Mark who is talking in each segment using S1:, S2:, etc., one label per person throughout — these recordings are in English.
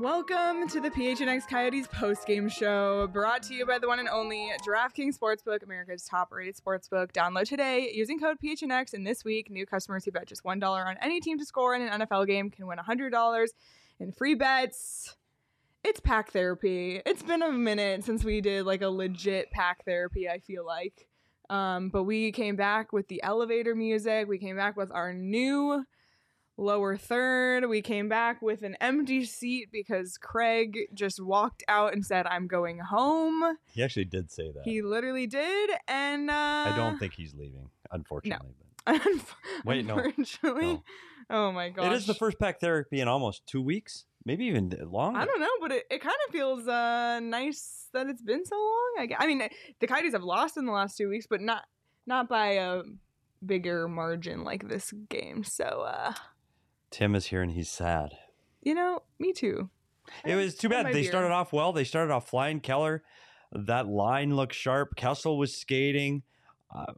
S1: Welcome to the PHNX Coyotes postgame show, brought to you by the one and only DraftKings Sportsbook, America's top-rated sportsbook. Download today using code PHNX, and this week, new customers who bet just one dollar on any team to score in an NFL game can win hundred dollars in free bets. It's pack therapy. It's been a minute since we did like a legit pack therapy. I feel like, um, but we came back with the elevator music. We came back with our new lower third. We came back with an empty seat because Craig just walked out and said, I'm going home.
S2: He actually did say that.
S1: He literally did. And uh,
S2: I don't think he's leaving, unfortunately. Wait, no.
S1: Unfortunately. Oh my
S2: But
S1: gosh.
S2: it is the first pack therapy in almost two weeks, maybe even longer.
S1: I don't know, but it, it kind of feels uh, nice that it's been so long. I, gue- I mean, the Coyotes have lost in the last two weeks, but not not by a bigger margin like this game. So, uh,
S2: Tim is here and he's sad.
S1: you know, me too.
S2: It was too
S1: Oh,
S2: bad.
S1: my
S2: They
S1: dear.
S2: started off well. They started off flying. Keller, that line looked sharp. Kessel was skating. Uh,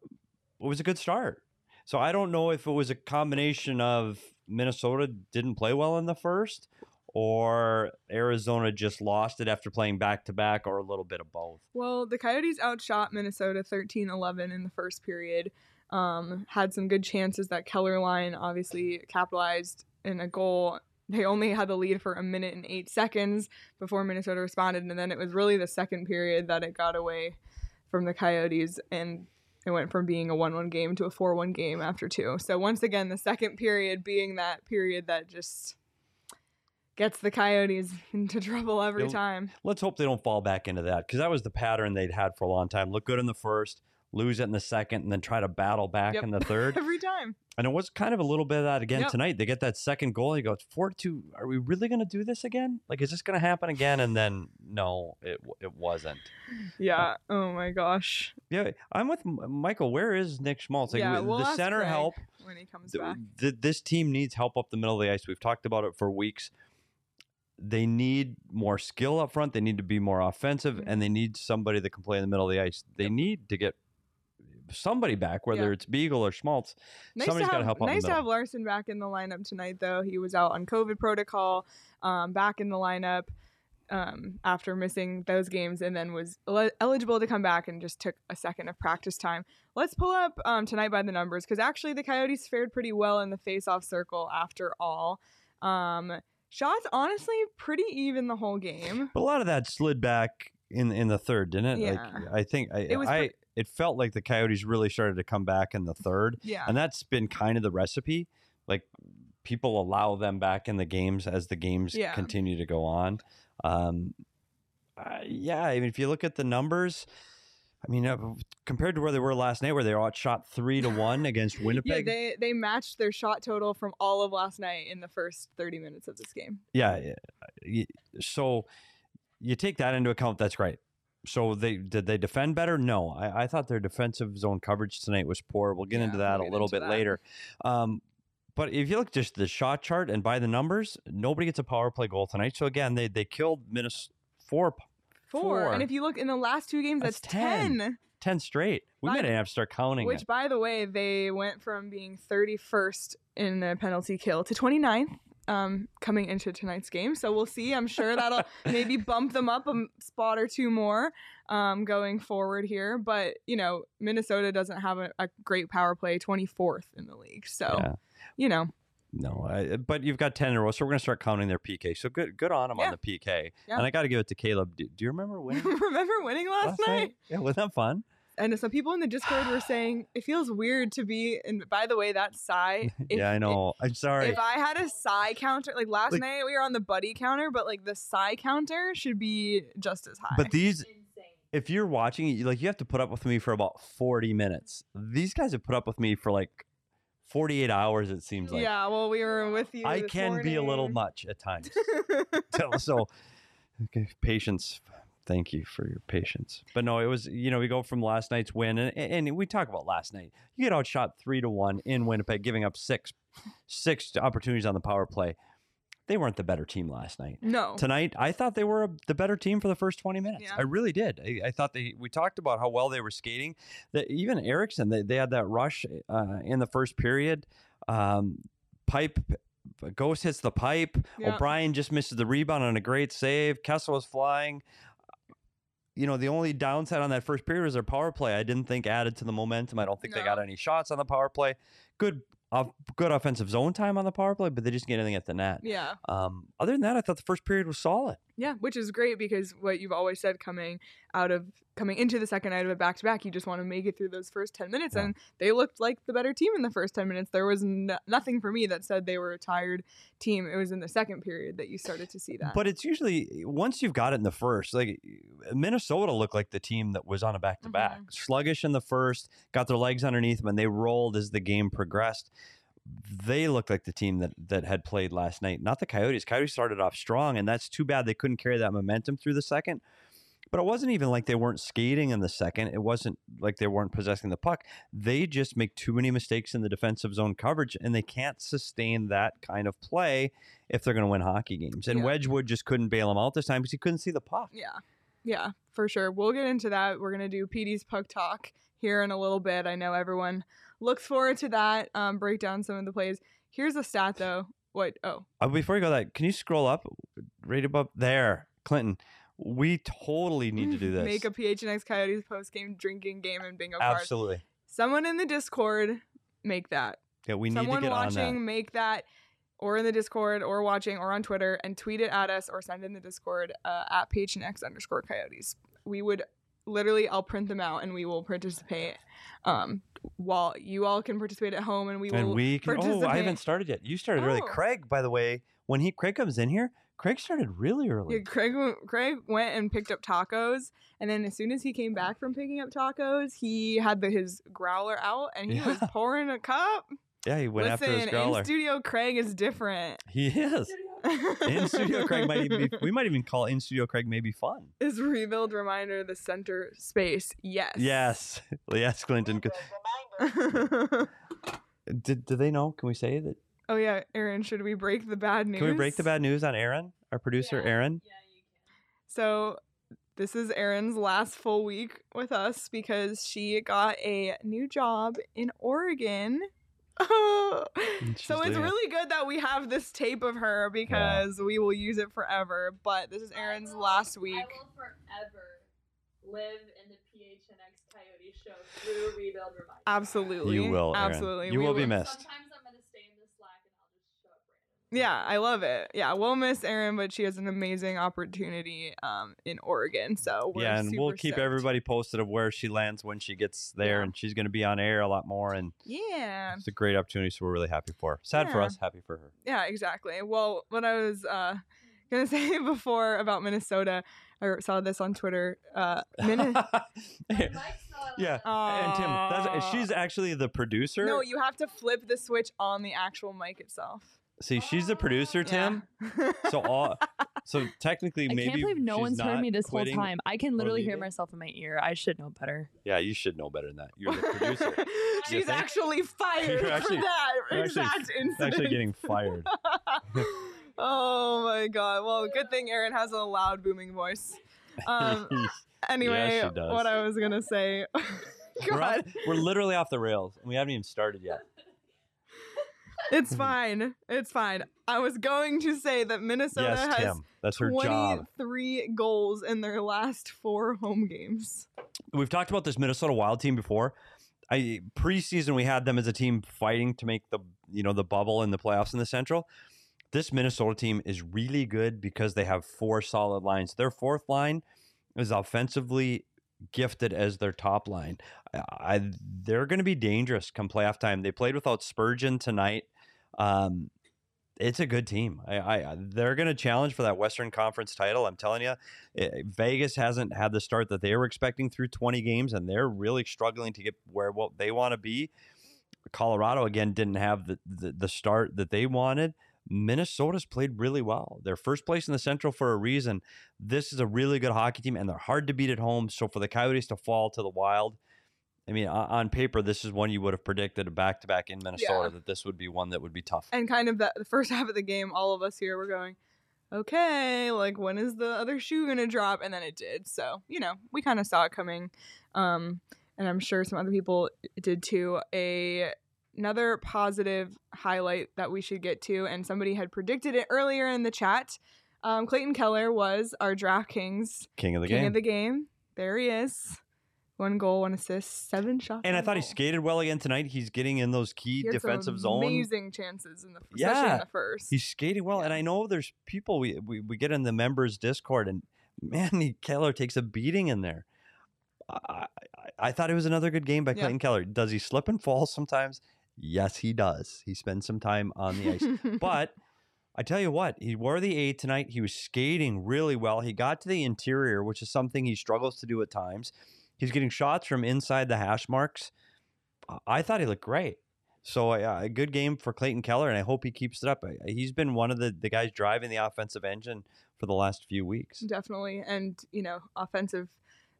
S2: it was a good start. So I don't know if it was a combination of Minnesota didn't play well in the first, or Arizona just lost it after playing back to back, or a little bit of both.
S1: Well, the Coyotes outshot Minnesota 13 11 in the first period. Um, had some good chances that Keller line obviously capitalized in a goal. They only had the lead for a minute and eight seconds before Minnesota responded. And then it was really the second period that it got away from the Coyotes. And it went from being a 1 1 game to a 4 1 game after two. So, once again, the second period being that period that just gets the Coyotes into trouble every
S2: They'll-
S1: time.
S2: let's hope they don't fall back into that because that was the pattern they'd had for a long time. Look good in the first, lose it in the second, and then try to battle back
S1: Yep.
S2: in the third.
S1: Every time.
S2: and it was kind of a little bit of that again
S1: Yep.
S2: tonight. They get that second goal. They go four two. Are we really going to do this again? Like, is this going to happen again? And then no, it w- it wasn't.
S1: Yeah. Oh my gosh.
S2: Yeah, I'm with M- Michael. Where is Nick Schmaltz? Like,
S1: Yeah,
S2: w-
S1: we'll
S2: the
S1: ask
S2: center
S1: Greg
S2: help.
S1: When he comes
S2: th-
S1: back.
S2: th- this team needs help up the middle of the ice. We've talked about it for weeks. They need more skill up front. They need to be more offensive,
S1: Mm-hmm.
S2: and they need somebody that can play in the middle of the ice. They need to get somebody back, whether
S1: Yeah.
S2: it's Beagle or Schmaltz.
S1: Nice
S2: somebody's
S1: to
S2: gotta
S1: have
S2: help out in the
S1: nice to
S2: middle.
S1: have Larson back in the lineup tonight though. He was out on COVID protocol, um, back in the lineup um, after missing those games and then was el- eligible to come back and just took a second of practice time. Let's pull up um, tonight by the numbers because actually the Coyotes fared pretty well in the faceoff circle after all. Um, shots honestly pretty even the whole game.
S2: But a lot of that slid back in in the third, didn't it?
S1: Yeah.
S2: Like I think I
S1: It was
S2: I
S1: pre-
S2: it felt like the Coyotes really started to come back in the third,
S1: Yeah.
S2: and that's been kind of the recipe. Like people allow them back in the games as the games
S1: Yeah.
S2: continue to go on. Um, uh, yeah, I mean, if you look at the numbers. I mean, uh, compared to where they were last night, where they all shot three to one against
S1: Yeah,
S2: Winnipeg,
S1: they they matched their shot total from all of last night in the first 30 minutes of this game.
S2: yeah yeah, y- so you take that into account that's great so they did they defend better no i, I thought their defensive zone coverage tonight was poor we'll get
S1: Yeah,
S2: into
S1: we'll
S2: that
S1: get
S2: a little
S1: into
S2: bit
S1: that.
S2: later um, but if you look just the shot chart and by the numbers nobody gets a power play goal tonight so again they they killed minus four p-
S1: Four.
S2: Four.
S1: And if you look in the last two games, that's,
S2: That's 10.
S1: 10.
S2: 10 straight we
S1: By-
S2: might have to start counting
S1: Which,
S2: it.
S1: by the way, they went from being 31st in the penalty kill to 29th um, coming into tonight's game. So we'll see. I'm sure that'll maybe bump them up a m- spot or two more um, going forward here. But, you know, Minnesota doesn't have a, a great power play, 24th in the league. So,
S2: Yeah.
S1: you know,
S2: no I, but you've got 10 in a row so we're going to start counting their pk so good good on them
S1: Yeah.
S2: on the pk
S1: Yeah.
S2: and i got to give it to caleb do, do you remember winning
S1: remember winning last, night?
S2: yeah wasn't that fun
S1: and some people in the Discord were saying it feels weird to be. And by the way, that sigh. If,
S2: yeah, I know. I'm sorry.
S1: If I had a sigh counter, like last
S2: Like-
S1: night we were on the buddy counter, but like the sigh counter should be just as high.
S2: but these, if you're watching, you- like you have to put up with me for about 40 minutes. These guys have put up with me for like 48 hours. It seems like.
S1: yeah, well, we were with you.
S2: I
S1: this
S2: can be a little
S1: morning.
S2: much at times. So- so, okay, patience. Thank you for your patience. But no, it was you know we go from last night's win and and we talk about last night. You get outshot three to one in Winnipeg, giving up six six opportunities on the power play. They weren't the better team last night.
S1: no.
S2: tonight i thought they were a, the better team for the first 20 minutes
S1: Yeah.
S2: i really did I, I thought they we talked about how well they were skating that even erickson they, they had that rush uh, in the first period um, pipe Ghost hits the pipe.
S1: Yeah.
S2: O'Brien just misses the rebound on a great save. Kessel is flying. You know, the only downside on that first period was their power play. I didn't think added to the momentum. I don't think they got
S1: No.
S2: any shots on the power play. Good, off, good offensive zone time on the power play, but they just get anything at the net.
S1: Yeah.
S2: Um, other than that, I thought the first period was solid.
S1: Yeah, which is great because what you've always said coming out of coming into the second night of a back to back, you just want to make it through those first 10 minutes.
S2: Yeah.
S1: And they looked like the better team in the first 10 minutes. There was n- nothing for me that said they were a tired team. It was in the second period that you started to see that.
S2: But it's usually once you've got it in the first, like uh, Minnesota looked like the team that was on a back to back. Sluggish in the first, got their legs underneath them, and they rolled as the game progressed. They looked like the team that that had played last night, not the Coyotes. Coyotes started off strong, and that's too bad they couldn't carry that momentum through the second. But it wasn't even like they weren't skating in the second. It wasn't like they weren't possessing the puck. They just make too many mistakes in the defensive zone coverage, and they can't sustain that kind of play if they're going to win hockey games. And
S1: Yeah.
S2: Wedgwood just couldn't bail him out this time because he couldn't see the puck.
S1: yeah, yeah, for sure. We'll get into that. We're going to do PD's Puck Talk here in a little bit. I know everyone looks forward to that, um, break down some of the plays. Here's a stat, though. What? Oh,
S2: Uh, before you go, that can you scroll up right above there, Clinton? We totally need to do this.
S1: Make a PHNX Coyotes post game drinking game and bingo cards.
S2: Absolutely.
S1: Someone in the Discord, make that.
S2: Yeah, we need to
S1: Someone
S2: get
S1: watching,
S2: on that.
S1: make that, or in the Discord, or watching, or on Twitter, and tweet it at us, or send in the Discord uh, at PHNX underscore Coyotes. We would literally, I'll print them out, and we will participate. Um, while you all can participate at home, and we will.
S2: and we can. Oh, I
S1: participate.
S2: haven't started yet. You started early.
S1: Oh.
S2: Craig, by the way, when he Craig comes in here, Craig started really early.
S1: Yeah, Craig w- Craig went and picked up tacos, and then as soon as he came back from picking up tacos, he had the, his growler out and he was
S2: Yeah.
S1: pouring a cup.
S2: Yeah, he went
S1: Listen,
S2: after his growler.
S1: in studio, Craig is different.
S2: he is in studio. Craig might even be. We might even call in studio Craig maybe fun.
S1: Is rebuild reminder the center space? Yes.
S2: Yes, yes, Clinton.
S1: oh
S2: Did, do they know? Can we say that?
S1: yeah, Aaron. Should we break the bad news?
S2: Can we break the bad news on Aaron, our producer Aaron?
S1: So this is Erin's last full week with us because she got a new job in Oregon. so
S2: And
S1: it's
S2: she's leaving us.
S1: really good that we have this tape of her because we will use it forever. But this is Erin's last
S3: I
S1: week.
S3: will forever live in the PHNX Coyote Show through Rebuild Reminder.
S1: Absolutely.
S2: You will, Aaron.
S1: Absolutely.
S2: You
S1: We
S2: will be
S1: will-
S2: missed.
S3: Sometimes I'm gonna stay in the Slack and I'll just show up randomly.
S1: Yeah, I love it. Yeah, we'll miss Erin, but she has an amazing opportunity um, in Oregon. So we're
S2: yeah, and we'll
S1: super
S2: keep
S1: stoked.
S2: everybody posted of where she lands when she gets there,
S1: Yeah.
S2: and she's going to be on air a lot more. And
S1: Yeah.
S2: it's a great opportunity, so we're really happy for her. Sad for
S1: Yeah.
S2: us, happy for her.
S1: Yeah, exactly. Well, what I was uh, gonna say before about Minnesota, I saw this on Twitter. Uh, Min-
S3: My mic's not on.
S2: yeah, and Tim, that's,
S1: Aw.
S2: she's actually the producer.
S1: no, you have to flip the switch on the actual mic itself.
S2: See, she's the producer, Tim.
S1: Yeah.
S2: So all, so technically,
S4: Oh, I
S2: maybe
S4: can't believe no
S2: she's
S4: one's heard
S2: not
S4: me this whole
S2: quitting.
S4: time. I can literally hear
S2: leaving?
S4: myself in my ear. I should know better.
S2: Yeah, you should know better than that. You're the producer. You
S1: She's
S2: think?
S1: actually fired
S2: You're actually-
S1: for that
S2: you're actually-
S1: exact
S2: It's actually
S1: incident.
S2: getting fired.
S1: oh my god. Well, good thing Erin has a loud booming voice. Um, anyway,
S2: she does.
S1: what I was gonna say.
S2: we're, off-
S1: god,
S2: we're literally off the rails, and we haven't even started yet.
S1: it's fine. It's fine. I was going to say that Minnesota
S2: yes,
S1: has
S2: Tim, that's her job.
S1: 23 goals in their last four home games.
S2: we've talked about this Minnesota Wild team before. I preseason we had them as a team fighting to make the you know the bubble in the playoffs in the Central. This Minnesota team is really good because they have four solid lines. Their fourth line is offensively gifted as their top line. I, I- they're going to be dangerous come playoff time. They played without Spurgeon tonight. Um, it's a good team. I, I they're going to challenge for that Western Conference title. I'm telling you, Eh, Vegas hasn't had the start that they were expecting through 20 games, and they're really struggling to get where what they want to be. Colorado again didn't have the, the the start that they wanted. Minnesota's played really well. They're first place in the Central for a reason. This is a really good hockey team, and they're hard to beat at home. So for the Coyotes to fall to the Wild, I mean, on, on paper, this is one you would have predicted a back to back in Minnesota that this would be one that would be tough.
S1: And kind of that the first half of the game, all of us here were going, okay, like when is the other shoe going to drop? And then it did. So, you know, we kind of saw it coming. Um, and I'm sure some other people did too. A another positive highlight that we should get to, and somebody had predicted it earlier in the chat. Um, Clayton Keller was our DraftKings
S2: King of the
S1: king
S2: game.
S1: of the game. There he is. One goal, one assist, seven shots.
S2: and I
S1: on
S2: thought he
S1: goal.
S2: skated well again tonight. He's getting in those key
S1: He had some
S2: defensive zones.
S1: Amazing chances in the especially
S2: Yeah.
S1: in the first.
S2: He's skating well, and I know there's people we, we we get in the members Discord, and man, Keller takes a beating in there. I, I, I thought it was another good game by
S1: Yeah.
S2: Clayton Keller. Does he slip and fall sometimes? Yes, he does. He spends some time on the ice. But I tell you what, he wore the eight tonight. He was skating really well. He got to the interior, which is something he struggles to do at times. He's getting shots from inside the hash marks. I- I thought he looked great. So uh, a good game for Clayton Keller, and I hope he keeps it up. Uh, He's been one of the, the guys driving the offensive engine for the last few weeks.
S1: Definitely. And, you know, offensive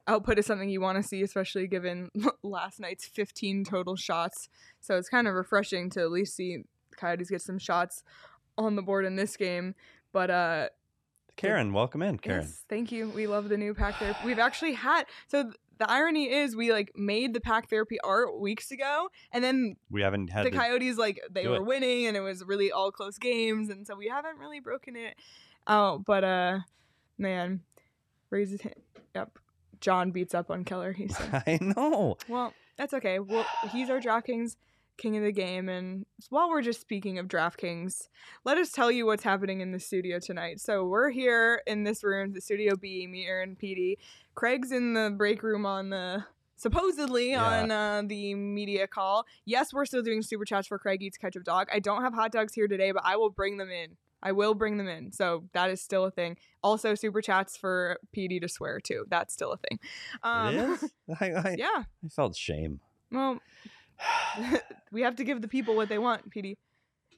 S1: output is something you want to see, especially given last night's 15 total shots. So it's kind of refreshing to at least see Coyotes get some shots on the board in this game. But, uh,
S2: Karen, welcome in, Karen.
S1: yes, thank you. We love the new pack therapy. We've actually had, so th- the irony is we like made the pack therapy art weeks ago and then
S2: We haven't had
S1: the
S2: the-
S1: Coyotes like they
S2: do
S1: were
S2: it.
S1: winning and it was really all close games and so we haven't really broken it out but uh man raises him yep John beats up on Keller he said
S2: I know.
S1: well that's okay well he's our DraftKings king of the game and while we're just speaking of DraftKings let us tell you what's happening in the studio tonight so we're here in this room the studio B me Aaron PD Craig's in the break room on the supposedly
S2: Yeah.
S1: on uh, the media call. Yes, we're still doing super chats for Craig Eats Ketchup Dog. I don't have hot dogs here today, but I will bring them in. I will bring them in. So that is still a thing. Also, super chats for PD to swear too. That's still a thing. Um,
S2: it is? I, I,
S1: yeah.
S2: I felt shame.
S1: Well, we have to give the people what they want, PD.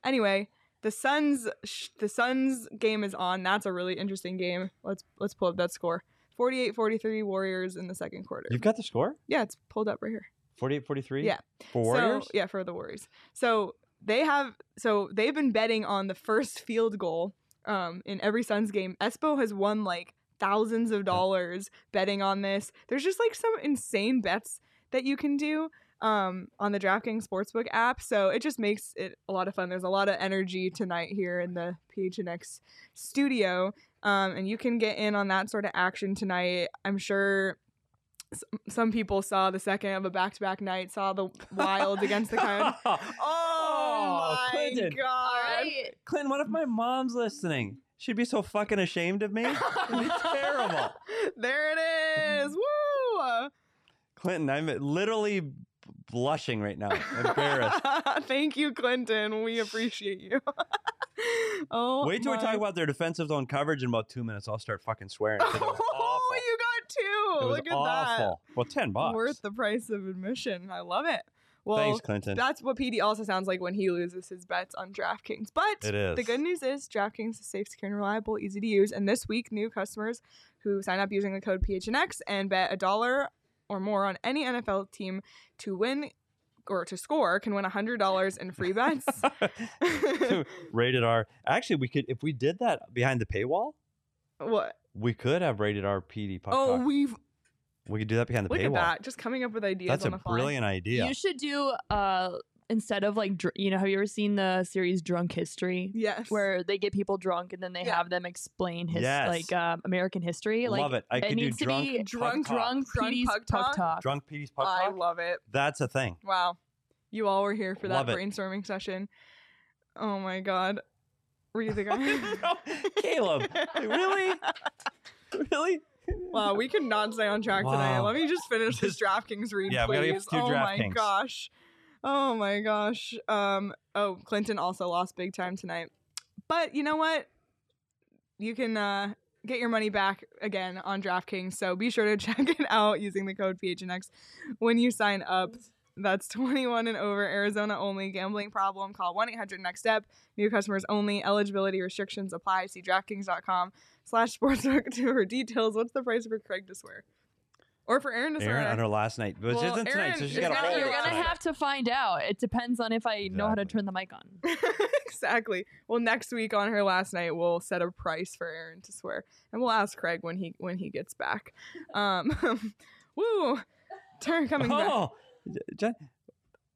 S1: Anyway, the Suns sh- the Suns game is on. That's a really interesting game. Let's let's pull up that score. 48-43 Warriors in the second quarter.
S2: You've got the score?
S1: Yeah, it's pulled up right here.
S2: 48 43?
S1: Yeah.
S2: For Warriors?
S1: So, yeah, for the Warriors. So they have so they've been betting on the first field goal um, in every Suns game. Espo has won like thousands of dollars betting on this. There's just like some insane bets that you can do um, on the DraftKings Sportsbook app. So it just makes it a lot of fun. There's a lot of energy tonight here in the PHNX studio. Um, and you can get in on that sort of action tonight. I'm sure s- some people saw the second of a back to back night, saw the Wild against the Coyotes. Oh, my
S2: Clinton.
S1: god!
S3: All right.
S2: Clinton, what if my mom's listening? She'd be so fucking ashamed of me. It'd be terrible.
S1: There it is. Woo!
S2: Clinton, I'm literally blushing right now. Embarrassed.
S1: Thank you, Clinton. We appreciate you. oh,
S2: Wait till we
S1: my-
S2: talk about their defensive zone coverage in about two minutes. I'll start fucking swearing. 'cause It was
S1: Oh,
S2: awful.
S1: you got two.
S2: It was
S1: Look at
S2: awful. Well, ten
S1: that.
S2: bucks.
S1: Worth the price of admission. I love it. Well,
S2: Thanks, Clinton.
S1: that's what PD also sounds like when he loses his bets on DraftKings. But
S2: it is.
S1: The good news is DraftKings is safe, secure, and reliable, easy to use. And this week, new customers who sign up using the code PHNX and bet a dollar or more on any NFL team to win or to score can win $100 in free bets.
S2: rated R. Actually, we could if we did that behind the paywall,
S1: what?
S2: we could have rated R PD puck
S1: Oh,
S2: Talk.
S1: we've
S2: we could do that behind the
S1: look at
S2: paywall.
S1: that. Just coming up with ideas
S2: That's
S1: on
S2: a
S1: the fly.
S2: brilliant idea.
S4: You should do uh instead of like dr- you know have you ever seen the series Drunk History
S1: Yes.
S4: where they get people drunk and then they
S1: Yeah.
S4: have them explain his
S2: Yes.
S4: like um, American history like
S2: Love it. I could
S4: needs
S2: do
S4: to
S2: drunk,
S4: be
S2: puck
S1: drunk,
S2: talk.
S4: drunk
S1: Drunk
S4: PD's
S1: puck
S4: puck
S1: talk.
S4: talk.
S2: drunk PD's puck
S1: I
S2: talk.
S1: love it.
S2: That's a thing.
S1: Wow. You all were here for that
S2: Love it.
S1: brainstorming session. Oh my God. Were you the guy?
S2: Caleb, really? Really?
S1: Wow, we could not stay on track tonight.
S2: Wow.
S1: Let me just finish this
S2: Just-
S1: DraftKings read,
S2: Yeah, we
S1: please.
S2: gotta get to
S1: oh my
S2: DraftKings.
S1: gosh. Oh my gosh. Um oh, Clinton also lost big time tonight. But you know what? You can uh get your money back again on DraftKings. So be sure to check it out using the code PHNX when you sign up. That's 21 and over, Arizona only. Gambling problem, call 1 800 Next Step. New customers only. Eligibility restrictions apply. See DraftKings.com slash sportsbook for details. What's the price for Craig to swear? Or for Aaron to swear?
S2: Aaron on her last night, but
S1: Well,
S2: it isn't tonight, so
S1: Aaron
S2: she's
S1: is
S2: got a
S1: gonna-
S2: whole
S1: hold
S4: you're
S1: it
S4: gonna
S1: tonight.
S4: have to find out it depends on if I know how to
S2: Exactly.
S4: turn the mic on
S1: exactly. Well, next week on her last night, we'll set a price for Aaron to swear, and we'll ask Craig when he when he gets back. Um, woo, turn coming back.
S2: Oh, Jen,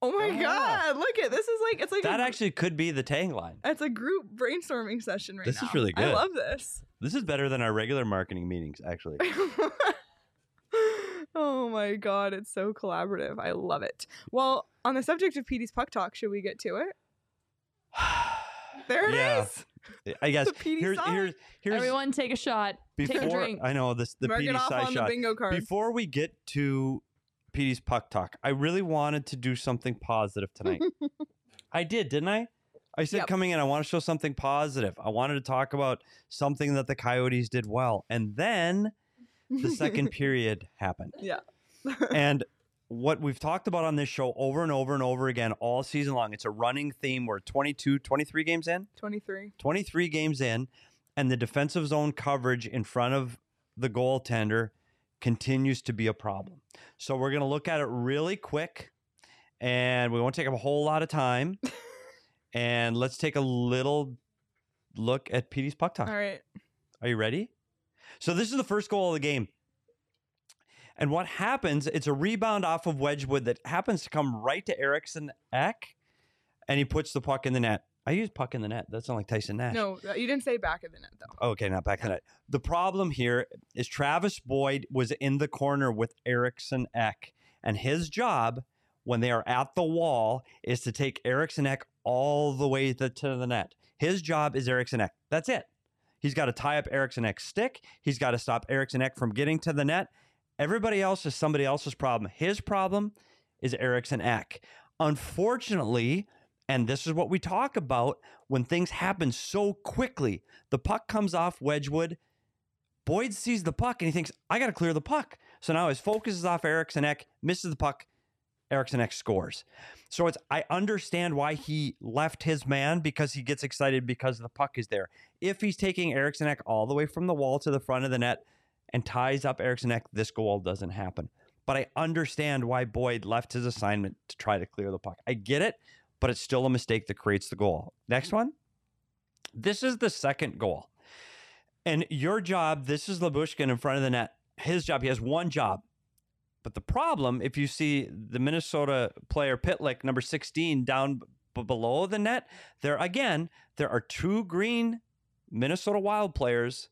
S1: Oh my
S2: Yeah.
S1: god! Look at this is like it's like
S2: That
S1: a,
S2: actually could be the tang line.
S1: it's a group brainstorming session right
S2: This is
S1: now.
S2: really
S1: I
S2: good.
S1: love this.
S2: This is better than our regular marketing meetings, actually.
S1: oh my god, it's so collaborative. I love it. Well, on the subject of Petey's puck talk, should we get to it? There it is.
S2: Yeah. I guess
S1: The PD
S2: here's
S1: side.
S2: here's here's
S4: Everyone take a shot.
S2: before
S4: take a drink.
S2: I know this the
S1: Mark it
S2: PD
S1: off
S2: side
S1: on the
S2: shot.
S1: bingo card.
S2: Before we get to PD's puck talk, I really wanted to do something positive tonight. I did, didn't I? I said
S1: Yep.
S2: coming in, I want to show something positive. I wanted to talk about something that the Coyotes did well, and then the second period happened.
S1: Yeah.
S2: and what we've talked about on this show over and over and over again all season long, it's a running theme. We're 22, 23 games in,
S1: 23.
S2: 23 games in, and the defensive zone coverage in front of the goaltender continues to be a problem. So we're going to look at it really quick and we won't take up a whole lot of time. and let's take a little look at Petey's puck talk.
S1: All right.
S2: Are you ready? So this is the first goal of the game. And what happens, it's a rebound off of Wedgwood that happens to come right to Erickson Eck, and he puts the puck in the net. I use puck in the net. That's not like Tyson Nash.
S1: No, that- you didn't say back of the net though.
S2: Okay, not back in the net. The problem here is Travis Boyd was in the corner with Erickson Eck, and his job when they are at the wall is to take Erickson Eck all the way to, to the net. His job is Erickson Eck. That's it. He's got to tie up Erickson Eck's stick. He's got to stop Erickson Eck from getting to the net. Everybody else is somebody else's problem. His problem is Erickson Eck. Unfortunately, and this is what we talk about when things happen so quickly. The puck comes off Wedgwood. Boyd sees the puck and he thinks, I got to clear the puck. So now his focus is off Erickson Eck, misses the puck. Erickson Eck scores. So it's I understand why he left his man because he gets excited because the puck is there. If he's taking Erickson Eck all the way from the wall to the front of the net and ties up Erickson Eck, this goal doesn't happen. But I understand why Boyd left his assignment to try to clear the puck. I get it, but it's still a mistake that creates the goal. Next one. This is the second goal. And your job, this is Labushkin in front of the net. His job, he has one job. But the problem, if you see the Minnesota player Pitlick, number 16, down b- below the net, there again, there are two green Minnesota Wild players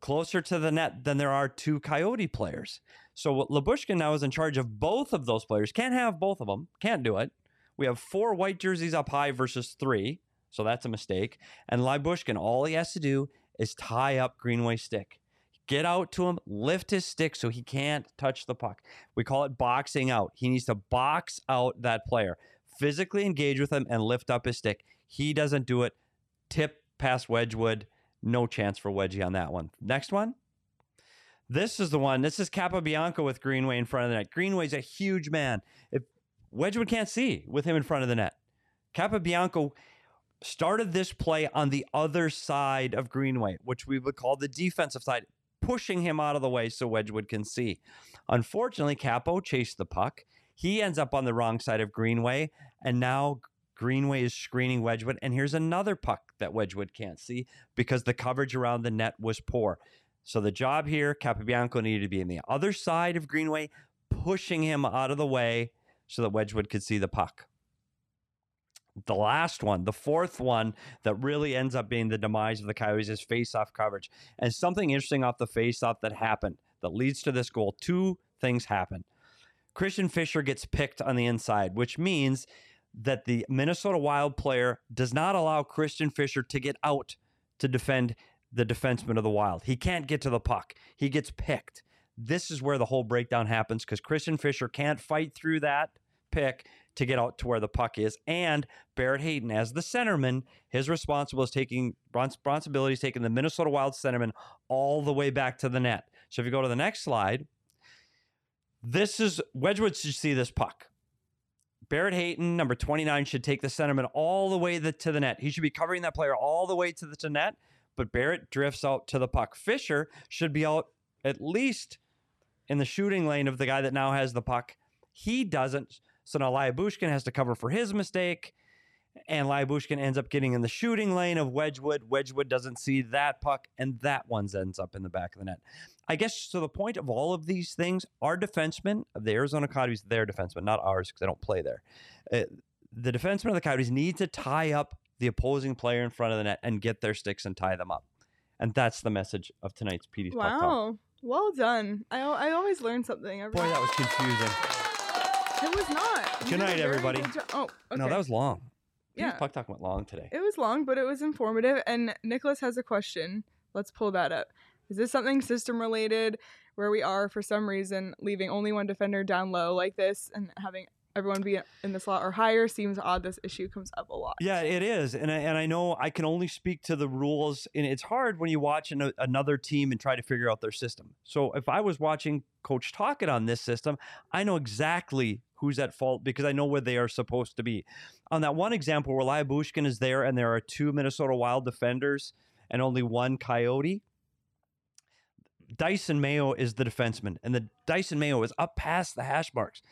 S2: closer to the net than there are two Coyote players. So what Labushkin now is in charge of both of those players. Can't have both of them. Can't do it. We have four white jerseys up high versus three. So that's a mistake. And Libushkin, all he has to do is tie up Greenway's stick. Get out to him, lift his stick so he can't touch the puck. We call it boxing out. He needs to box out that player, physically engage with him and lift up his stick. He doesn't do it. Tip past Wedgwood. No chance for Wedgie on that one. Next one. This is the one. This is Capabianco with Greenway in front of the net. Greenway's a huge man. If Wedgwood can't see with him in front of the net, Capabianco started this play on the other side of Greenway, which we would call the defensive side, pushing him out of the way so Wedgwood can see. Unfortunately, Capo chased the puck. He ends up on the wrong side of Greenway, and now Greenway is screening Wedgwood. And here's another puck that Wedgwood can't see because the coverage around the net was poor. So the job here, Capabianco needed to be in the other side of Greenway, pushing him out of the way so that Wedgwood could see the puck the last one, the fourth one that really ends up being the demise of the Coyotes is face-off coverage. And something interesting off the face-off that happened that leads to this goal. Two things happen. Christian Fisher gets picked on the inside, which means that the Minnesota Wild player does not allow Christian Fisher to get out to defend the defenseman of the Wild. He can't get to the puck. He gets picked. This is where the whole breakdown happens because Christian Fisher can't fight through that pick to get out to where the puck is. And Barrett Hayden as the centerman. His responsible is taking responsibility is taking the Minnesota Wild centerman all the way back to the net. So if you go to the next slide, this is Wedgwood should see this puck. Barrett Hayton, number 29, should take the centerman all the way the, to the net. He should be covering that player all the way to the to net, but Barrett drifts out to the puck. Fisher should be out at least in the shooting lane of the guy that now has the puck. He doesn't. So now Lyabushkin has to cover for his mistake and Lyabushkin ends up getting in the shooting lane of Wedgwood. Wedgwood doesn't see that puck, and that one ends up in the back of the net. I guess to the point of all of these things, our defensemen of the Arizona Coyotes, their defensemen, not ours because I don't play there. Uh, the defensemen of the Coyotes need to tie up the opposing player in front of the net and get their sticks and tie them up. And that's the message of tonight's PD's Puck Talk.
S1: Wow. Well done. I, al- I always learn something. Every-
S2: Boy, that was confusing.
S1: It was not. You
S2: Good
S1: did a
S2: night,
S1: very
S2: everybody.
S1: good jo- oh, okay.
S2: No, that was long. PD's
S1: Yeah.
S2: Puck Talk went long today.
S1: It was long, but it was informative. And Nicholas has a question. Let's pull that up. Is this something system related where we are, for some reason, leaving only one defender down low like this and having everyone be in the slot or higher? Seems odd. This issue comes up a lot.
S2: Yeah, it is, and I, and I know I can only speak to the rules, and it's hard when you watch an, another team and try to figure out their system. So if I was watching Coach Talkett on this system, I know exactly who's at fault because I know where they are supposed to be. On that one example where Liabushkin is there, and there are two Minnesota Wild defenders and only one Coyote. Dyson Mayo is the defenseman, and the Dyson Mayo is up past the hash marks.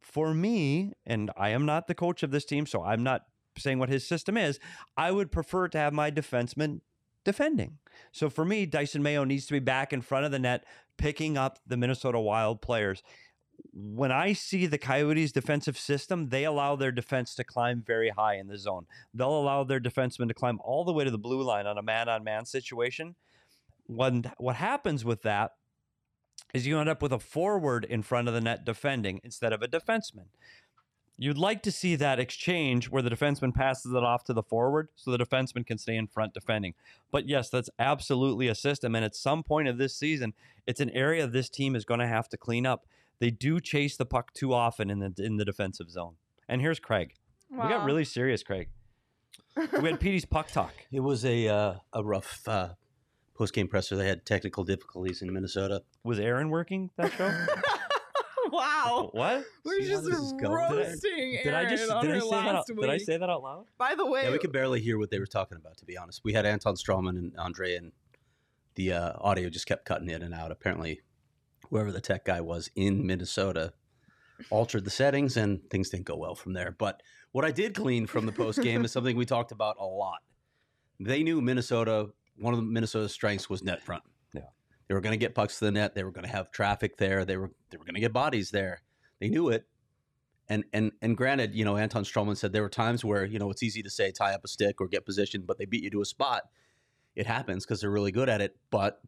S2: For me, and I am not the coach of this team, so I'm not saying what his system is, I would prefer to have my defenseman defending. So for me, Dyson Mayo needs to be back in front of the net, picking up the Minnesota Wild players. When I see the Coyotes' defensive system, they allow their defense to climb very high in the zone. They'll allow their defenseman to climb all the way to the blue line on a man on man situation. When, what happens with that is you end up with a forward in front of the net defending instead of a defenseman you'd like to see that exchange where the defenseman passes it off to the forward so the defenseman can stay in front defending. But yes, that's absolutely a system. And at some point of this season, it's an area this team is going to have to clean up. They do chase the puck too often in the in the defensive zone. And here's Craig. We got
S1: Wow.
S2: really serious, Craig. We had Petey's puck talk.
S5: It was a uh, a rough uh, post game presser. They had technical difficulties in Minnesota.
S2: Was Aaron working that show? Oh,
S1: wow.
S2: what?
S1: We're
S5: See how
S1: just
S5: this is going?
S1: roasting
S2: Did I
S1: Erin
S2: just
S1: on
S2: did I
S1: her
S2: say that out,
S1: last week.
S2: did I say that out loud?
S1: By the way,
S5: Yeah, we could barely hear what they were talking about. To be honest, we had Anton Strawman and Andre, and the uh, audio just kept cutting in and out. Apparently, whoever the tech guy was in Minnesota altered the settings, and things didn't go well from there. But what I did glean from the post game is something we talked about a lot. They knew Minnesota. One of the Minnesota's strengths was net front.
S2: Yeah.
S5: they were going to get pucks to the net. They were going to have traffic there. They were they were going to get bodies there. They knew it. And and and granted, you know, Anton Stroman said there were times where you know it's easy to say tie up a stick or get position, but they beat you to a spot. It happens because they're really good at it. But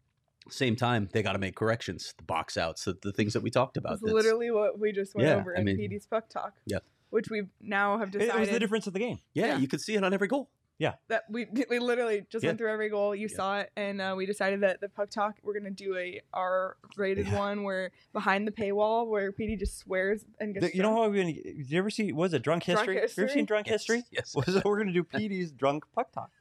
S5: same time, they got to make corrections, the box outs, the, the things that we talked about.
S1: that's
S5: That's-
S1: literally what we just went
S5: Yeah,
S1: over
S5: I
S1: in
S5: mean-
S1: PD's puck talk.
S5: Yeah.
S1: Which we now have
S2: It, it
S1: decided
S2: was the difference of the game.
S5: yeah,
S1: yeah.
S5: you could see it on every goal.
S1: that we we literally just
S5: Yeah.
S1: went through every goal. You
S5: Yeah.
S1: saw it, and uh, we decided that the puck talk we're gonna do a R rated
S5: Yeah.
S1: one where behind the paywall where PD just swears and gets
S2: The- you know how we did you ever see was it drunk
S1: Drunk
S2: history? You ever
S1: History?
S2: seen drunk history?
S5: Yes.
S2: so we're gonna do PD's drunk puck talk.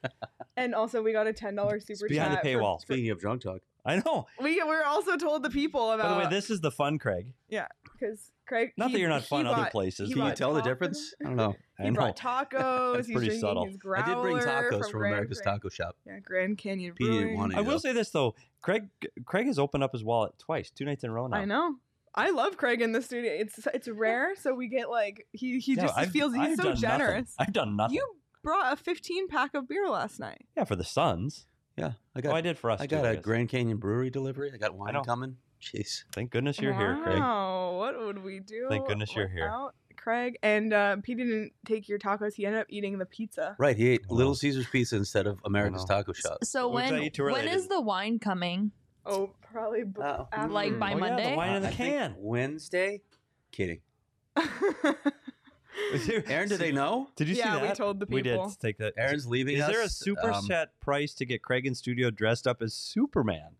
S1: and also we got a ten dollar super
S2: behind the
S1: chat. for-
S2: paywall.
S5: Speaking of drunk talk,
S2: I know.
S1: we we also told the people
S2: By the way,
S1: about
S2: this is the fun, Craig.
S1: because Craig.
S2: Not that
S1: he-
S2: you're not
S1: he
S2: fun other
S1: bought-
S2: places.
S1: he
S5: can you
S1: brought
S5: tell the
S1: tacos.
S5: difference? I don't know.
S2: I
S1: He
S2: know.
S1: brought tacos.
S2: That's
S1: He's
S2: pretty
S1: drinking
S2: subtle.
S1: his growler.
S5: I did bring tacos from,
S1: Grand
S5: America's
S1: Canyon-
S5: Taco Shop.
S1: Yeah, Grand Canyon.
S5: PD didn't
S1: Brewing.
S5: want it.
S2: I will
S5: though.
S2: say this though, Craig. Craig has opened up his wallet twice, two nights in a row now.
S1: I know. I love Craig in the studio. It's it's rare, so we get like he he
S2: Yeah,
S1: just
S2: I've-
S1: feels he's
S2: I've
S1: so
S2: done nothing.
S1: generous.
S2: I've done nothing.
S1: You brought a 15 pack of beer last night.
S2: Yeah, for the Suns.
S5: Yeah, I
S2: oh, I
S5: got
S2: did for us.
S5: I
S2: too,
S5: got a
S2: guess.
S5: Grand Canyon Brewery delivery. I got wine
S2: know.
S5: coming. Jeez.
S2: Thank goodness you're here, Craig.
S1: Wow, what would we do?
S2: Thank goodness you're here.
S1: without Craig and uh, Pete didn't take your tacos. He ended up eating the pizza.
S5: Right, he ate
S2: Wow.
S5: Little Caesar's Pizza instead of America's
S2: know.
S5: Taco Shop.
S4: So
S2: Looks like
S4: when
S2: you two are
S4: when
S2: related.
S4: is the wine coming?
S1: Oh, probably b-
S5: Oh.
S1: after-
S4: Like by
S2: Oh, Yeah,
S4: Monday?
S2: the wine in the
S5: Uh, I think
S2: can.
S5: Wednesday? Kidding. Aaron, did they know?
S2: Did you
S1: yeah,
S2: see that?
S1: we told the people.
S2: We did take that.
S5: Aaron's leaving
S2: Is
S5: us.
S2: there a super
S5: um,
S2: set price to get Craig in studio dressed up as Superman?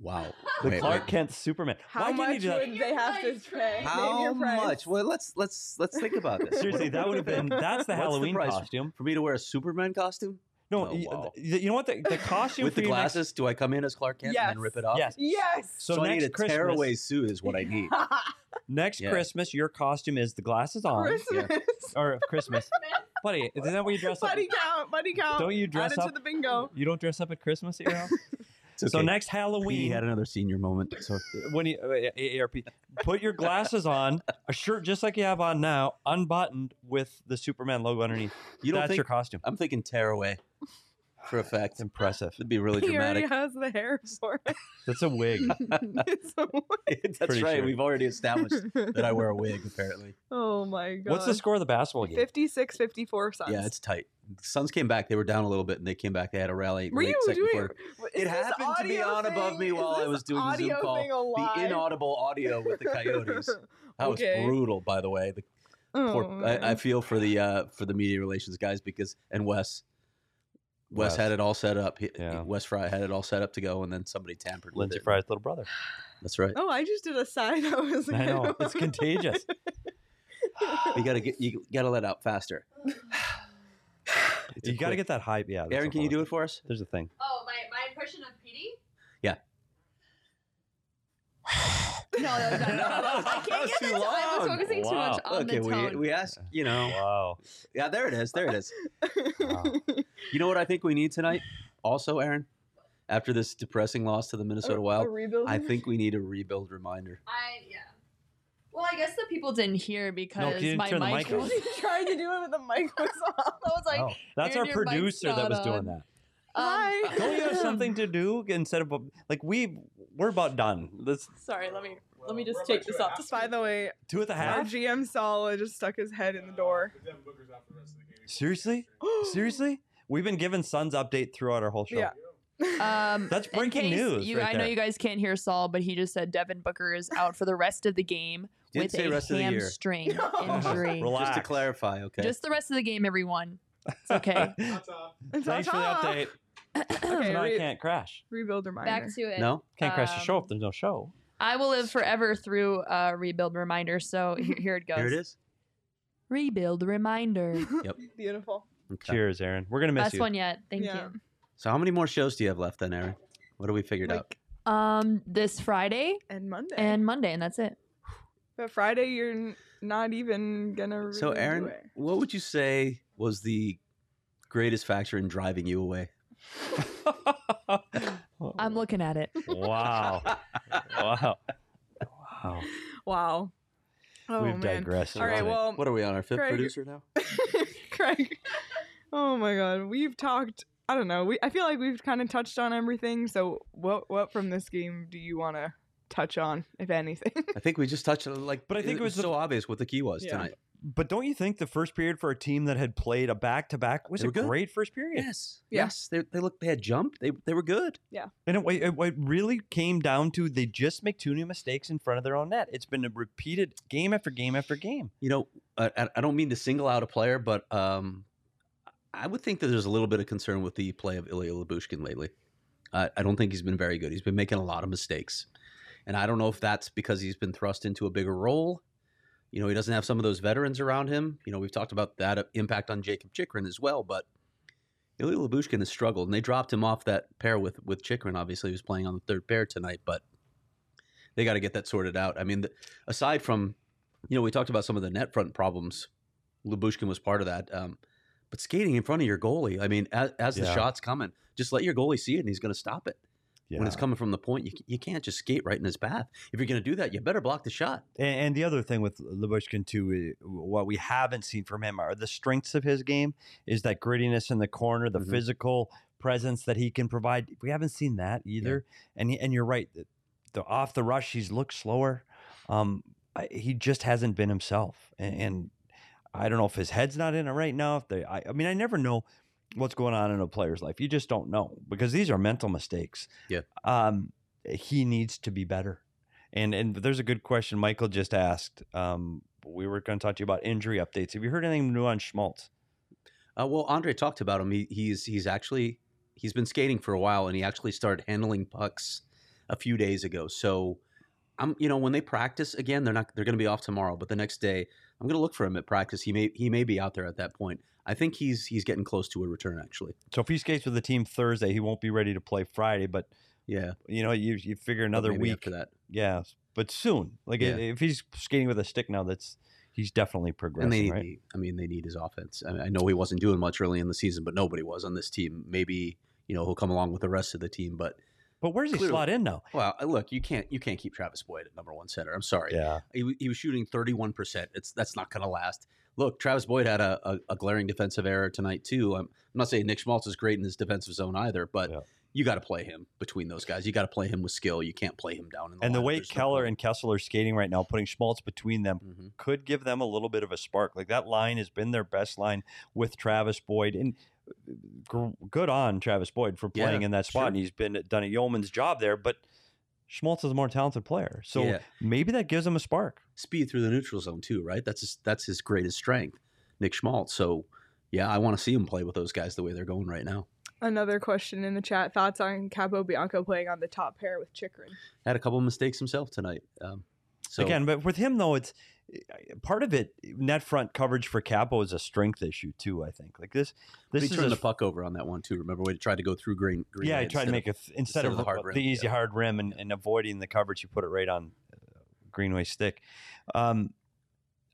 S5: Wow.
S2: The
S5: Wait,
S2: Clark
S5: wait.
S2: Kent Superman.
S1: How
S2: Why didn't
S1: much
S2: you do that?
S1: would they have to
S3: Name your
S1: pay?
S3: price.
S1: Name your
S5: How
S1: price.
S5: much? Well, let's let's let's think about this.
S2: Seriously, that would have been that's the
S5: What's the
S2: Halloween
S5: price?
S2: costume.
S5: for me to wear a Superman costume
S2: No,
S5: Oh,
S2: y-
S5: wow.
S2: th- you know what? The, the costume
S5: with
S2: for
S5: the
S2: your next-
S5: glasses. Do I come in as Clark Kent and
S1: Yes.
S5: then rip it off?
S2: Yes.
S1: Yes.
S5: So,
S2: So,
S5: I
S2: next
S5: need a
S2: Christmas,
S5: tearaway suit is what I need.
S2: next
S5: Yeah.
S2: Christmas, your costume is the glasses on,
S1: Christmas.
S2: or Christmas,
S3: Christmas.
S2: buddy. Is that what you dress up?
S1: Buddy count. Buddy count.
S2: Don't you dress
S1: Add it
S2: up?
S1: to the bingo.
S2: You don't dress up at Christmas at your house.
S5: It's okay.
S2: So next
S5: we
S2: Halloween,
S5: had another senior moment. So
S2: when you uh, ARP, put your glasses on, a shirt just like you have on now, unbuttoned with the Superman logo underneath.
S5: you don't
S2: That's
S5: think
S2: your costume.
S5: I'm thinking tearaway. for a fact.
S2: Impressive.
S5: It'd be really
S1: he already
S5: dramatic.
S1: has the hair for it.
S2: That's a wig.
S1: It's a
S5: That's
S2: Pretty
S5: right.
S2: sure.
S5: We've already established
S1: wig.
S5: that I wear a wig, apparently.
S1: oh my god.
S2: What's the score of the basketball game?
S1: 56 54 Suns.
S5: Yeah, it's tight. The Suns came back. They were down a little bit, and they came back. They had a rally.
S1: Were
S5: late
S1: you
S5: second
S1: doing?
S5: quarter.
S1: is
S5: It
S1: this
S5: happened to be
S1: audio
S5: on above me
S1: thing-
S5: while I
S1: is
S5: was
S1: this
S5: doing the Zoom
S1: audio
S5: call.
S1: Thing alive?
S5: The inaudible audio with the Coyotes. That was
S1: Okay.
S5: brutal, by the way. The
S1: Oh,
S5: poor,
S1: man.
S5: I, I feel for the uh, for the media relations guys because and Wes. Wes,
S2: Wes.
S5: had it all set up. He,
S2: Yeah.
S5: Wes Fry had it all set up to go, and then somebody tampered
S2: Lindsay
S5: with it.
S2: Fry's little brother.
S5: That's right.
S1: oh, I just did a side. I was like,
S2: I know. It's
S1: don't-
S2: contagious.
S5: You gotta get. You gotta let out faster. It's a
S2: you got to get
S5: quick-
S2: that hype. Yeah.
S5: Aaron, can you do it for us?
S2: There's a thing.
S3: Oh, my, my impression of Petey?
S4: No, that was,
S5: No,
S4: I
S5: that
S4: can't
S5: was
S4: get
S5: too
S4: that. to- I was
S5: long.
S4: focusing too much on
S5: Okay,
S4: the tone.
S5: we we asked. You know.
S2: Wow.
S5: Yeah, there it is. There it is. You know what I think we need tonight? Also, Aaron, after this depressing loss to the Minnesota
S1: A
S5: Wild,
S1: rebuild.
S5: I think we need a rebuild reminder.
S3: I, yeah.
S4: well, I guess the people didn't hear because
S2: didn't
S4: my
S2: turn the
S4: mic.
S2: mic on.
S4: was-
S1: She tried to do it, but the mic was off. I was like,
S5: oh,
S2: That's
S4: Aaron,
S2: our
S4: your mic's
S2: producer that
S4: not
S2: was doing
S4: on.
S2: that.
S4: Um,
S1: "Hi."
S2: Don't you have something to do instead of like we we're about done. Let's
S4: Sorry, let me let me just take this off.
S1: Just by the way,
S2: do it the
S1: our
S2: half.
S1: GM Sala just stuck his head in the door.
S2: Seriously? Seriously? We've been giving Suns update throughout our whole show.
S1: Yeah.
S4: Um,
S2: That's
S4: in
S2: breaking
S4: case
S2: news
S4: You,
S2: right
S4: I know
S2: there.
S4: you guys can't hear Saul, but he just said Devin Booker is out for the rest of the game
S5: Didn't
S4: with
S5: say
S4: a
S5: rest of the year.
S4: hamstring injury.
S2: Relax.
S5: Just to clarify, okay.
S4: Just the rest of the game, everyone. It's okay.
S1: It's
S2: Thanks for the
S1: off.
S2: update.
S1: Okay,
S2: So now I
S1: re-
S2: can't crash.
S1: rebuild reminder.
S4: Back to it.
S5: no,
S2: Can't crash the show if
S4: Um,
S2: there's no show.
S4: I will live forever through uh, rebuild reminder. So here, here it goes.
S5: here it is.
S4: Rebuild reminder.
S5: Yep.
S1: Beautiful.
S5: Okay.
S2: Cheers, Aaron. We're gonna miss
S4: Best
S2: you.
S4: one yet. Thank
S1: Yeah.
S5: So, how many more shows do you have left then, Aaron? What have we figured out?
S1: Like,
S4: you. Um, this Friday
S1: and Monday.
S4: and Monday, and that's it.
S1: but Friday, you're n- not even gonna.
S5: So,
S1: really do
S5: Aaron,
S1: it.
S5: what would you say was the greatest factor in driving you away?
S4: I'm looking at it.
S2: Wow. wow. Wow.
S1: Wow. Oh
S2: We've
S1: man.
S2: digressed.
S1: All right.
S2: tonight.
S1: Well,
S5: What are we on our fifth
S1: Craig-
S5: producer now?
S1: Craig. Oh my God, we've talked. I don't know. We I feel like we've kind of touched on everything. So what what from this game do you want to touch on, if anything?
S5: I think we just touched on like,
S2: But I think it was the-
S5: so obvious what the key was
S1: Yeah.
S5: tonight.
S2: But don't you think the first period for a team that had played a back to back was
S5: They
S2: a
S5: were good.
S2: great first period?
S5: Yes,
S1: Yeah.
S5: yes, they, they looked, they had jumped, they they were good.
S2: And it, it, it really came down to they just make too many mistakes in front of their own net. It's been a repeated game after game after game.
S5: you know, I, I- I don't mean to single out a player, but um, I would think that there's a little bit of concern with the play of Ilya Labushkin lately. I, I don't think he's been very good. He's been making a lot of mistakes, and I don't know if that's because he's been thrust into a bigger role. You know, he doesn't have some of those veterans around him. You know, we've talked about that uh, impact on Jacob Chikrin as well, but Ilya Labushkin has struggled, and they dropped him off that pair with with Chikrin. Obviously, he was playing on the third pair tonight, but they got to get that sorted out. I mean, the, aside from you know, we talked about some of the net front problems. Lubushkin was part of that. Um, but skating in front of your goalie, I mean, as, as the
S2: Yeah.
S5: shot's coming, just let your goalie see it and he's going to stop it. When it's coming from the point, you, you can't just skate right in his path. If you're going to do that, you better block the shot.
S2: And, and the other thing with Lubushkin too, i- what we haven't seen from him are the strengths of his game is that grittiness in the corner, the
S5: Mhm.
S2: physical presence that he can provide. We haven't seen that either. And he, and you're right, the, the off the rush he's looked slower. Um, I, he just hasn't been himself, and, and I don't know if his head's not in it right now. If they, I, I mean, I never know what's going on in a player's life. You just don't know because these are mental mistakes.
S5: Yeah.
S2: Um, he needs to be better. And and there's a good question Michael just asked. Um, we were going to talk to you about injury updates. Have you heard anything new on Schmaltz?
S5: Uh, well, Andre talked about him. He, he's he's actually he's been skating for a while, and he actually started handling pucks a few days ago. So I'm you know when they practice again, they're not they're going to be off tomorrow, but the next day I'm going to look for him at practice. He may he may be out there at that point. I think he's he's getting close to a return actually.
S2: So if he skates with the team Thursday, he won't be ready to play Friday. But
S5: Yeah,
S2: you know, you you figure another
S5: maybe
S2: week.
S5: after that,
S2: Yeah, but soon. Like i-
S5: Yeah.
S2: if he's skating with a stick now, that's he's definitely
S5: and they
S2: progressing,
S5: need
S2: right?
S5: the- I mean they need his offense. I, mean, I know he wasn't doing much early in the season, but nobody was on this team. Maybe you know he'll come along with the rest of the team, but
S2: But where's he
S5: Clearly.
S2: slot in now?
S5: Well, uh, look, you can't you can't keep Travis Boyd at number one center. I'm sorry.
S2: Yeah.
S5: He, w- he was shooting 31. percent It's that's not going to last. Look, Travis Boyd had a, a, a glaring defensive error tonight too. I'm, I'm not saying Nick Schmaltz is great in his defensive zone either, but
S2: Yeah.
S5: you got to play him between those guys. You got to play him with skill. You can't play him down. In the
S2: And the
S5: lineup.
S2: way
S5: There's no
S2: Keller
S5: point.
S2: and Kessel are skating right now, putting Schmaltz between them
S5: Mhm.
S2: could give them a little bit of a spark. Like that line has been their best line with Travis Boyd, and gr- good on Travis Boyd for
S5: Yeah,
S2: playing in that spot,
S5: sure.
S2: and he's been done a yeoman's job there. But Schmaltz is a more talented player, so
S5: Yeah.
S2: maybe that gives him a spark.
S5: speed through the neutral zone too, right? That's his, that's his greatest strength, Nick Schmaltz. So yeah, I want to see him play with those guys the way they're going right now.
S1: Another question in the chat: Thoughts on Capo Bianco playing on the top pair with Chikrin?
S5: Had a couple of mistakes himself tonight. Um, so
S2: Again, but with him though, it's eh, part of it. Net front coverage for Capo is a strength issue too. I think like this.
S5: But
S2: This
S5: he
S2: is
S5: turned
S2: a
S5: the puck over on that one too. Remember when he tried to go through green? green
S2: yeah, I
S5: Bay
S2: tried to
S5: instead
S2: make it th- instead of, the, hard
S5: rim,
S2: the easy
S5: yeah.
S2: hard rim and, and avoiding the coverage, you put it right on uh, Greenway's stick. Um,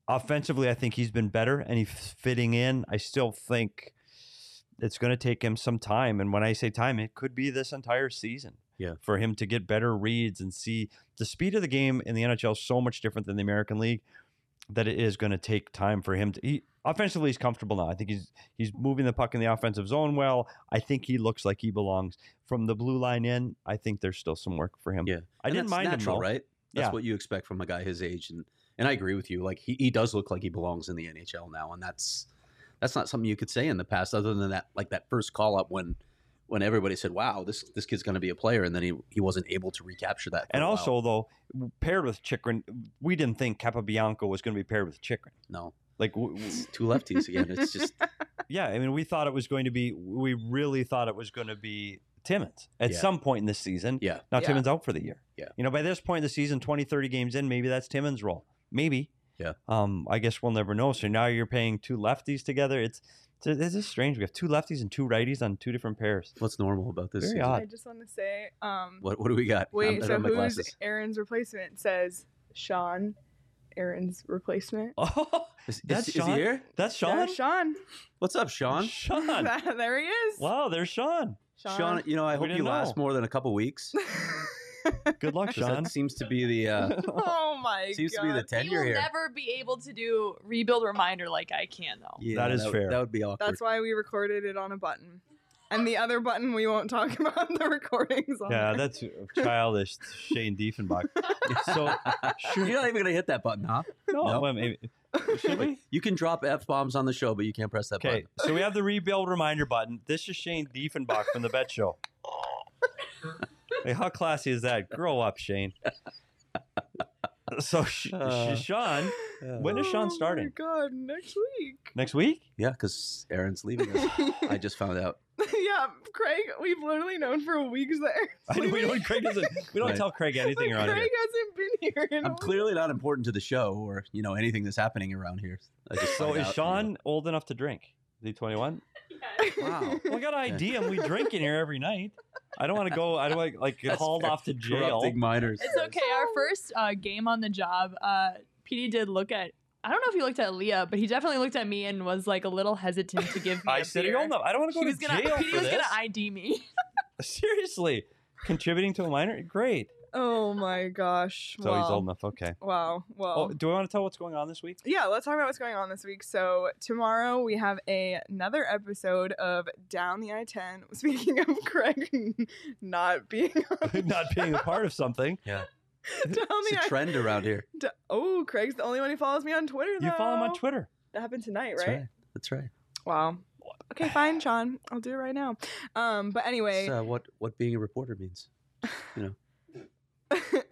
S2: offensively, I think he's been better and he's fitting in. I still think it's going to take him some time, and when I say time, it could be this entire season.
S5: Yeah.
S2: for him to get better reads and see the speed of the game in the NHL is so much different than the American League that it is going to take time for him to. He, offensively, he's comfortable now. I think he's he's moving the puck in the offensive zone well. I think he looks like he belongs from the blue line in. I think there's still some work for him.
S5: Yeah.
S2: I
S5: And
S2: didn't
S5: that's
S2: mind
S5: natural,
S2: him though.
S5: right? That's
S2: Yeah.
S5: what you expect from a guy his age, and and I agree with you. Like he, he does look like he belongs in the NHL now, and that's that's not something you could say in the past, other than that like that first call up when when everybody said, "Wow, this this kid's going to be a player," and then he he wasn't able to recapture that. for
S2: And
S5: a while.
S2: also though, w- paired with Chikrin, we didn't think Capabianco was going to be paired with Chikrin.
S5: no,
S2: Like, w- w-
S5: it's two lefties again. It's just
S2: yeah, I mean, we thought it was going to be. We really thought it was going to be Timmons at
S5: Yeah.
S2: some point in this season.
S5: yeah,
S2: Now
S1: Yeah.
S2: Timmons out for the year.
S5: Yeah.
S2: You know, by this point in the season, 20, 30 games in, maybe that's Timmons' role. Maybe.
S5: Yeah.
S2: Um, I guess we'll never know. So now you're paying two lefties together. It's it's, it's just strange. We have two lefties and two righties on two different pairs.
S5: what's normal about this?
S2: Very
S5: season?
S2: odd.
S1: I just want to say, um,
S5: What what do we got?
S1: wait. so
S5: I don't have my
S1: who's
S5: glasses.
S1: Aaron's replacement? Says Sean. Aaron's replacement.
S2: Oh,
S5: Is, is-
S2: that's
S5: is he
S2: Sean?
S5: here?
S2: that's Sean.
S1: That's Sean.
S5: What's up, Sean?
S2: Sean.
S1: there he is.
S2: wow, there's Sean.
S5: Sean, you know, I
S2: We
S5: hope
S2: didn't
S5: you last
S2: know.
S5: more than a couple weeks.
S2: Good luck,
S5: 'cause
S2: Sean.
S5: that seems to be the uh,
S1: oh my
S5: seems
S1: god.
S5: to be the
S4: You
S5: tenure
S4: will
S5: here.
S4: never be able to do rebuild reminder like I can though.
S5: Yeah,
S2: That is
S5: would-
S2: fair.
S5: That would be awkward.
S1: That's why we recorded it on a button. And the other button we won't talk about the recordings on.
S2: yeah,
S1: there.
S2: that's uh, childish Shane Diefenbach. so, sure.
S5: You're not even gonna hit that button, huh?
S2: No,
S5: No.
S2: well, maybe- should we?
S5: You can drop f bombs on the show, but you can't press that
S2: Okay, so we have the rebuild reminder button. This is Shane Diefenbach from the Bet Show. Hey, how classy is that? Grow up, Shane. So, Sh- Sh-
S5: Uh.
S2: Sean,
S5: button.
S2: when is
S1: Oh
S2: Sean
S1: my
S2: starting?
S1: god, next week.
S2: Next week?
S5: yeah, because Aaron's leaving us. I just found out.
S1: yeah, Craig, we've literally known for weeks there.
S2: I know we don't. Craig doesn't. We don't
S5: Right.
S2: tell Craig
S1: Craig
S2: anything around here.
S1: hasn't been here. In a
S5: I'm clearly not important to the show or you know anything that's happening around here. I just
S2: So
S5: found
S2: is
S5: out,
S2: Sean old enough to drink? Is he 21?
S3: Yes.
S5: you know. Wow.
S2: Well, I got an idea, and we drink in here every night. I don't want to go. I don't want like get
S5: That's
S2: hauled
S5: fair.
S2: off to jail.
S5: Corrupting minors.
S4: It's okay. Our first uh, game on the job, uh, PD did look at. I don't know if he looked at Leah, but he definitely looked at me and was like a little hesitant to give me.
S2: I
S4: a
S2: said,
S4: beer.
S2: "You're old enough. I don't want to
S4: He
S2: go
S4: was
S2: to
S4: gonna.
S2: jail
S4: PD
S2: for
S4: was
S2: this."
S4: gonna ID me.
S2: Seriously, contributing to a minor, great.
S1: oh my gosh.
S2: So he's
S1: Wow.
S2: old enough. Okay.
S1: Wow. Well.
S2: Oh, do we want to tell what's going on this week?
S1: yeah, let's talk about what's going on this week. So tomorrow we have a, another episode of Down the I-10. Speaking of Craig not being on the
S2: Not being a part of something.
S1: Down the
S5: It's a
S1: I-
S5: trend around here.
S1: D- oh, Craig's the only one who follows me on Twitter.
S2: You follow him on
S1: though.
S2: Twitter.
S1: That happened tonight,
S5: That's
S1: right?
S5: right. That's right.
S1: Wow. Okay, fine, Sean. I'll do it right now. Um, but anyway,
S5: It's, uh, what what being a reporter means.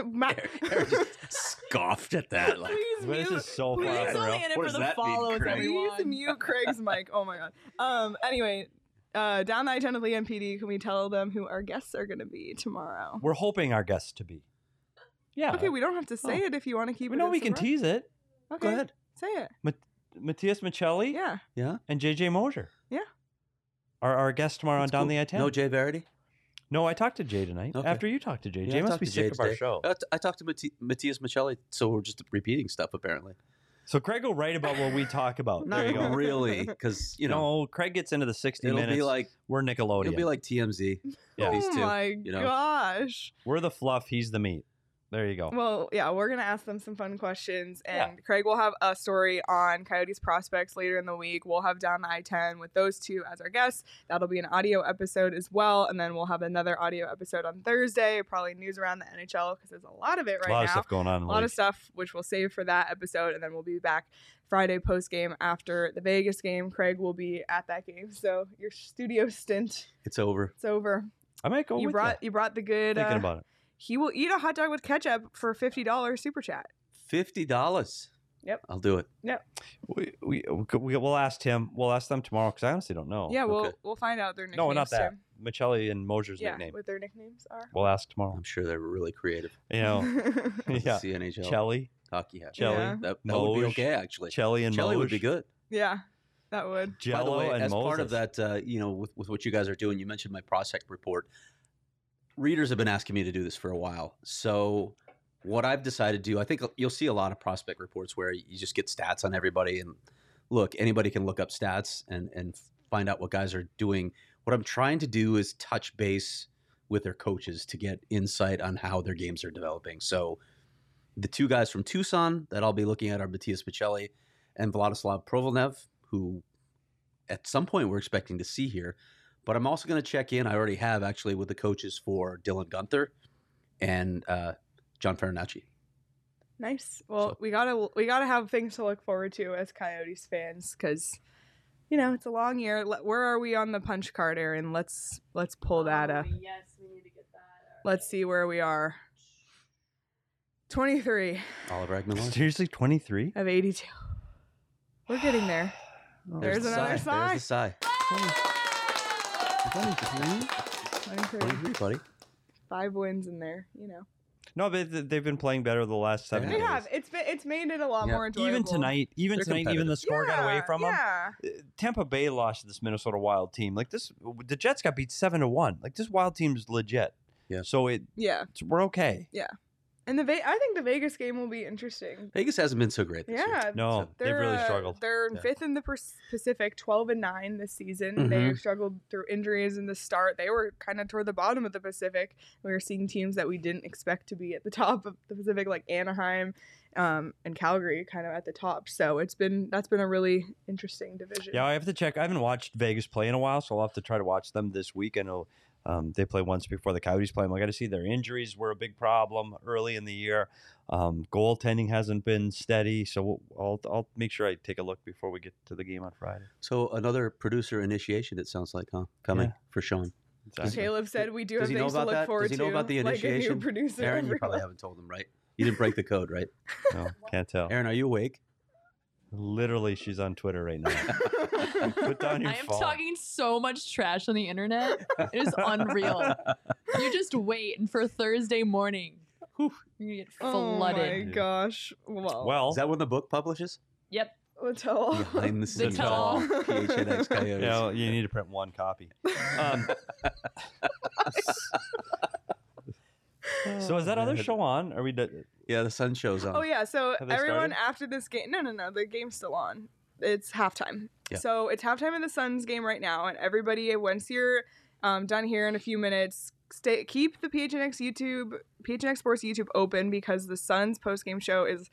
S1: Ma-
S5: Aaron just scoffed at that. Like,
S1: please
S2: This
S1: mute,
S2: is so
S1: please only
S2: far off the rail.
S4: in it
S5: What
S4: for
S5: does
S4: the
S5: that mean,
S4: follows,
S5: Craig?
S1: please
S4: everyone.
S1: mute Craig's mic. Oh my god. Um, anyway, uh, down the I-10 with Lee and PD. Can we tell them who our guests are going to be tomorrow?
S2: We're hoping our guests to be. Yeah.
S1: Okay, we don't have to say it if you want to keep.
S2: we
S1: it
S2: know
S1: a
S2: we can
S1: surprise.
S2: tease it.
S1: Okay,
S5: Go ahead.
S1: Say it.
S2: Matthias Michelli
S1: Yeah.
S2: and JJ Mosier.
S1: Yeah.
S2: Are our guests tomorrow
S5: That's
S2: on Down
S5: cool.
S2: the I-10?
S5: No Jay Verity.
S2: No, I talked to Jay tonight.
S5: Okay.
S2: After you talked to Jay,
S5: Yeah, I
S2: Jay must
S5: talked
S2: be
S5: to Jay
S2: sick of our
S5: today.
S2: show.
S5: I, t- I talked to Matti- Matthias Michelli, so we're just repeating stuff apparently.
S2: So Craig will write about what we talk about. there you
S5: Not
S2: go.
S5: really, because you
S2: You
S5: know
S2: know, Craig gets into the 60
S5: it'll
S2: minutes.
S5: be like
S2: We're Nickelodeon.
S5: it'll be like TMZ.
S2: Yeah.
S5: These
S1: oh
S5: two,
S1: my
S5: you know.
S1: gosh.
S2: We're the fluff. He's the meat. There you go.
S1: Well, yeah, we're gonna ask them some fun questions, and Craig will have a story on Coyotes prospects later in the week. We'll have down the I ten with those two as our guests. That'll be an audio episode as well, and then we'll have another audio episode on Thursday. Probably news around the NHL because there's a lot of it
S2: a lot
S1: right
S2: of
S1: now.
S2: stuff going on. in
S1: A
S2: the
S1: lot of
S2: league.
S1: stuff, which we'll save for that episode, and then we'll be back Friday post game after the Vegas game. Craig will be at that game, so your studio stint
S5: It's over.
S1: it's over.
S2: I might go
S1: you
S2: with
S1: brought you. brought the
S2: you.
S1: good.
S2: Thinking
S1: uh,
S2: about it.
S1: he will eat a hot dog with ketchup for fifty dollars super chat.
S5: Fifty dollars.
S1: Yep.
S5: I'll do it.
S2: We, we, we, we'll ask him. We'll ask them tomorrow because I honestly don't know.
S1: yeah, we'll
S5: okay.
S1: we'll find out their nicknames.
S2: Oh, No, not that.
S1: Tim.
S2: Michelli and Mosier's
S1: Yeah,
S2: nickname.
S1: what their nicknames are.
S2: We'll ask tomorrow.
S5: I'm sure they're really creative.
S2: You know, yeah.
S5: The CNHL
S2: Chelly,
S5: hockey hat.
S2: Chelly,
S1: Yeah.
S5: That, that would be
S2: Moj.
S5: okay, actually.
S2: Chelly and
S5: Chelly
S2: Moj.
S5: would be good.
S1: yeah, that would.
S2: Jello
S5: By the way,
S2: and
S5: as
S2: Moses.
S5: part of that, uh, you know, with, with what you guys are doing, you mentioned my prospect report. Readers have been asking me to do this for a while. So, what I've decided to do, I think you'll see a lot of prospect reports where you just get stats on everybody. And look, anybody can look up stats and, and find out what guys are doing. What I'm trying to do is touch base with their coaches to get insight on how their games are developing. So, the two guys from Tucson that I'll be looking at are Matias Pacelli and Vladislav Provolnev, who at some point we're expecting to see here. But I'm also going to check in. I already have actually with the coaches for Dylan Gunther and uh, John Farinacci.
S1: Nice. Well,
S5: So-
S1: we gotta we gotta have things to look forward to as Coyotes fans because you know it's a long year. Let- Where are we on the punch card, Aaron? Let's let's pull that
S3: Oh,
S1: up.
S3: Yes, we need to get that. All
S1: Let's
S3: right.
S1: see where we are. Twenty three
S5: Oliver Agnew.
S2: seriously 23.
S1: of eighty two. We're getting there. There's
S5: the
S1: another
S5: sigh. There's the sigh.
S1: 23.
S5: 23, buddy.
S1: Five wins in there. You know
S2: No, but th- they've been playing better the last seven.
S1: they
S5: Yeah.
S2: days.
S1: have. It's been it's made it a lot
S5: Yeah.
S1: more enjoyable.
S2: Even tonight, even
S5: They're
S2: tonight, even the
S5: competitive.
S2: score got away from them.
S1: yeah.
S2: Tampa Bay lost to this Minnesota Wild team. Like this, the Jets got beat seven to one. Like this Wild team's legit.
S5: Yeah.
S2: So it,
S1: Yeah.
S2: it's- we're okay.
S1: And the Ve- I think the Vegas game will be interesting.
S5: Vegas hasn't been so great this year.
S1: Yeah,
S2: No,
S1: they're,
S2: they've really
S1: uh,
S2: struggled.
S1: They're in
S2: Yeah.
S1: fifth in the Pac- Pacific, twelve and nine this season. They
S5: Mhm.
S1: struggled through injuries in the start. They were kind of toward the bottom of the Pacific. We were seeing teams that we didn't expect to be at the top of the Pacific, like Anaheim um, and Calgary, kind of at the top. So it's been that's been a really interesting division.
S2: Yeah, I have to check. I haven't watched Vegas play in a while, so I'll have to try to watch them this week. I know um, they play once before the Coyotes play them. I got to see their injuries were a big problem early in the year. Um, goaltending hasn't been steady, so we'll, I'll I'll make sure I take a look before we get to the game on Friday.
S5: So another producer initiation, it sounds like, huh? Coming for Sean.
S1: Caleb said we do
S5: Does
S1: have
S5: he know
S1: things to
S5: about
S1: look
S5: that? Does
S1: forward
S5: he know
S1: to,
S5: about the
S1: like a new
S5: initiation?
S1: producer.
S5: Aaron, you
S1: every
S5: probably
S1: month.
S5: haven't told him, right? You didn't break the code, right?
S2: No, can't tell.
S5: Aaron, are you awake?
S2: Literally, she's on Twitter right now. Put down your
S4: I am
S2: phone.
S4: talking so much trash on the internet. It is unreal. you just wait, and for Thursday morning, whew, you're gonna get
S1: Oh my
S4: flooded.
S2: Yeah.
S1: gosh! Well,
S2: Well,
S5: Is that when the book publishes?
S4: Yep.
S1: Mattel.
S5: Behind the scenes.
S4: tell all.
S5: of PHNX
S2: you,
S5: Coyotes.
S2: know, you need to print one copy. Um, so is that other show on? Are we? d-
S5: Yeah, the sun shows on.
S1: Oh yeah, so
S2: Have they
S1: everyone
S2: started?
S1: after this game no no no, the game's still on. It's halftime.
S5: Yeah.
S1: So it's halftime of the Suns game right now, and everybody once you're um, done here in a few minutes, stay keep the PHNX YouTube PHNX Sports YouTube open because the Suns post game show is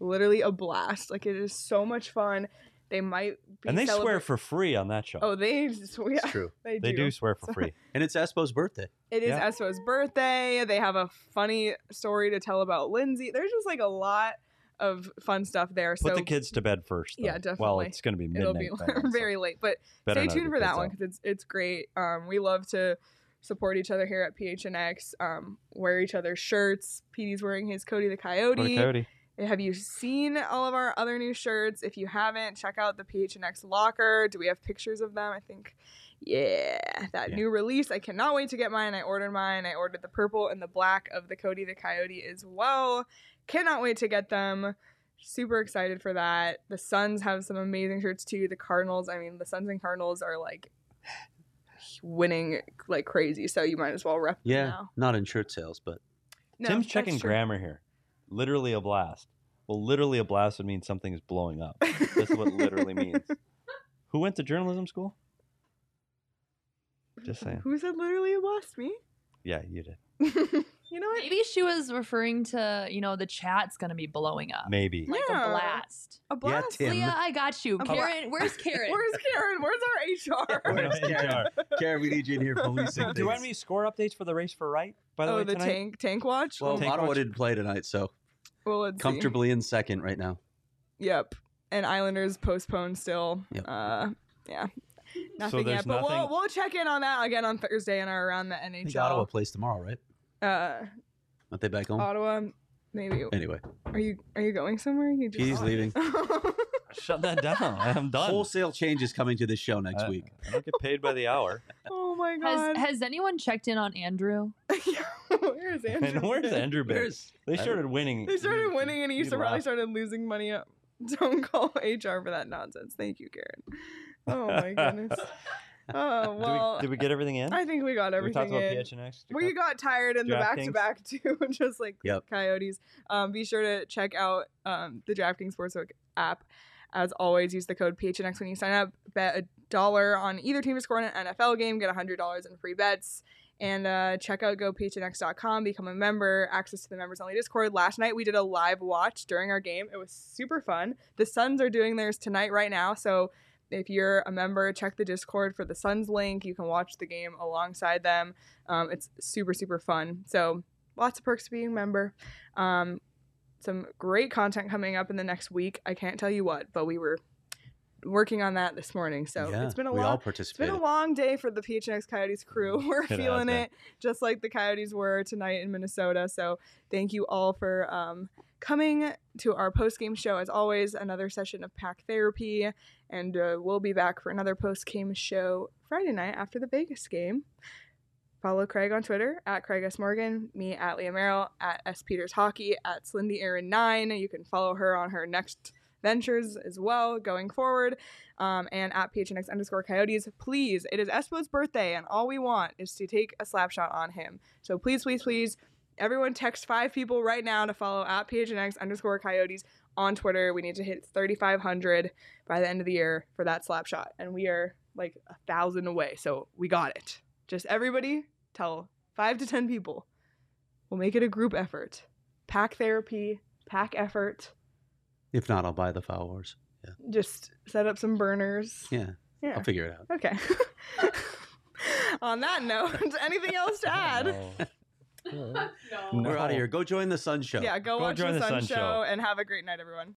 S1: literally a blast. Like it is so much fun. They might be
S2: And they swear
S1: celebra-
S2: for free on that show.
S1: Oh, they just, yeah,
S5: It's true.
S1: they,
S2: they do swear for
S1: So-
S2: free.
S5: And it's Espo's birthday.
S1: It is
S2: Yeah.
S1: Espo's birthday. They have a funny story to tell about Lindsay. There's just like a lot of fun stuff there.
S2: Put
S1: so
S2: the kids to bed first.
S1: Yeah,
S2: though. Well,
S1: definitely.
S2: it's going to be midnight.
S1: it'll be
S2: by then, so
S1: very late. But
S2: better
S1: stay
S2: not have
S1: tuned
S2: the
S1: for that
S2: kids
S1: one
S2: out.
S1: because it's it's great. Um, we love to support each other here at PHNX. Um, wear each other's shirts. Petey's wearing his Cody the
S2: What a
S1: Coyote.
S2: coyote.
S1: Have you seen all of our other new shirts? If you haven't, check out the PHNX locker. Do we have pictures of them? I think, yeah, that
S2: Yeah.
S1: new release. I cannot wait to get mine. I ordered mine. I ordered the purple and the black of the Cody the Coyote as well. Cannot wait to get them. Super excited for that. The Suns have some amazing shirts too. The Cardinals, I mean, the Suns and Cardinals are like winning like crazy. So you might as well rep
S5: Yeah,
S1: them now.
S5: not in shirt sales, but
S1: No,
S2: Tim's
S1: that's
S2: checking
S1: true.
S2: grammar here. Literally a blast. Well, literally, a blast would mean something is blowing up. That's what literally means. Who went to journalism school? Just saying.
S1: Who said literally it lost me?
S2: Yeah, you did.
S1: you know what?
S4: Maybe she was referring to, you know, the chat's gonna be blowing up.
S2: Maybe.
S4: Like
S1: Yeah.
S4: a blast.
S1: A blast.
S5: Tim.
S4: Leah, I got you.
S1: A bla-
S4: Karen, where's Karen?
S1: Where's Karen? Where's our HR?
S5: Where's Karen? Karen, we need you in here policing
S2: Do you want
S5: things.
S2: me score updates for the race for right? By the
S1: oh,
S2: way,
S1: the
S2: tonight?
S1: tank tank watch.
S5: Well,
S2: Take
S5: Ottawa
S2: watch.
S5: didn't play tonight, so
S1: well, let's see.
S5: comfortably in second right now.
S1: Yep. And Islanders postponed still.
S5: Yep.
S1: Uh, yeah. Nothing
S2: there's
S1: yet, but we'll
S2: nothing-
S1: we'll check in on that again on Thursday in our around the
S5: I think Ottawa
S1: NHL.
S5: plays tomorrow, right?
S1: Uh,
S5: Aren't they back home?
S1: Ottawa, maybe.
S5: Anyway,
S1: Are you are you going somewhere? You just
S5: he's leaving.
S2: Shut that down. I'm done.
S5: Wholesale changes coming to this show next
S2: Uh,
S5: week.
S2: I don't get paid by the hour.
S1: oh my
S4: has,
S1: god.
S4: has anyone checked in on Andrew?
S1: Where is Andrew?
S2: And where's Andrew been?
S5: Where's-
S2: They started winning.
S1: They started winning, and he
S2: You
S1: used to probably
S2: laugh.
S1: started losing money. Up. Don't call HR for that nonsense. Thank you, Karen. Oh my goodness. Oh
S2: Did we-
S1: well.
S2: did we, get everything in?
S1: I think we got
S2: we talked
S1: everything
S2: about
S1: in.
S2: PHNX.
S1: We got tired in the back to
S2: DraftKings.
S1: back too, just like the
S5: Yep.
S1: coyotes. Um, be sure to check out um, the DraftKings Sportsbook app. As always, use the code PHNX when you sign up. Bet a dollar on either team to score in an NFL game, get $100 in free bets. And uh, check out gophnx.com, become a member, access to the members only Discord. Last night we did a live watch during our game. It was super fun. The Suns are doing theirs tonight, right now. So if you're a member, check the Discord for the Suns link. You can watch the game alongside them. Um, it's super, super fun. So lots of perks to being a member. Um, some great content coming up in the next week. I can't tell you what, but we were working on that this morning. So
S5: Yeah,
S1: it's been a
S5: we all
S1: long, it's been
S5: participated.
S1: a long day for the PHNX Coyotes crew. We're
S2: Mm, has
S1: feeling
S2: been.
S1: it just like the Coyotes were tonight in Minnesota. So thank you all for um, coming to our post game show. As always, another session of pack therapy, and uh, we'll be back for another post game show Friday night after the Vegas game. Follow Craig on Twitter at Craig S. Morgan, me at Leah Merrill, at S. Peters Hockey, at Slindy Aaron9. You can follow her on her next ventures as well going forward. Um, and at PHNX underscore coyotes. Please, it is Espo's birthday, and all we want is to take a slap shot on him. So please, please, please, everyone text five people right now to follow at PHNX underscore coyotes on Twitter. We need to hit 3,500 by the end of the year for that slap shot. And we are like a thousand away. So we got it. Just everybody tell five to 10 people. We'll make it a group effort. Pack therapy, pack effort.
S5: If not, I'll buy the foul wars.
S1: Just set up some burners.
S5: Yeah,
S1: Yeah.
S5: I'll figure it out.
S1: Okay. On that note, anything else to add?
S3: no.
S2: No.
S5: We're out of here. Go join the Sun Show.
S1: Yeah, go,
S2: Go
S1: watch
S2: join
S1: the,
S2: the
S1: Sun,
S2: Sun
S1: show
S2: Show.
S1: and have a great night, everyone.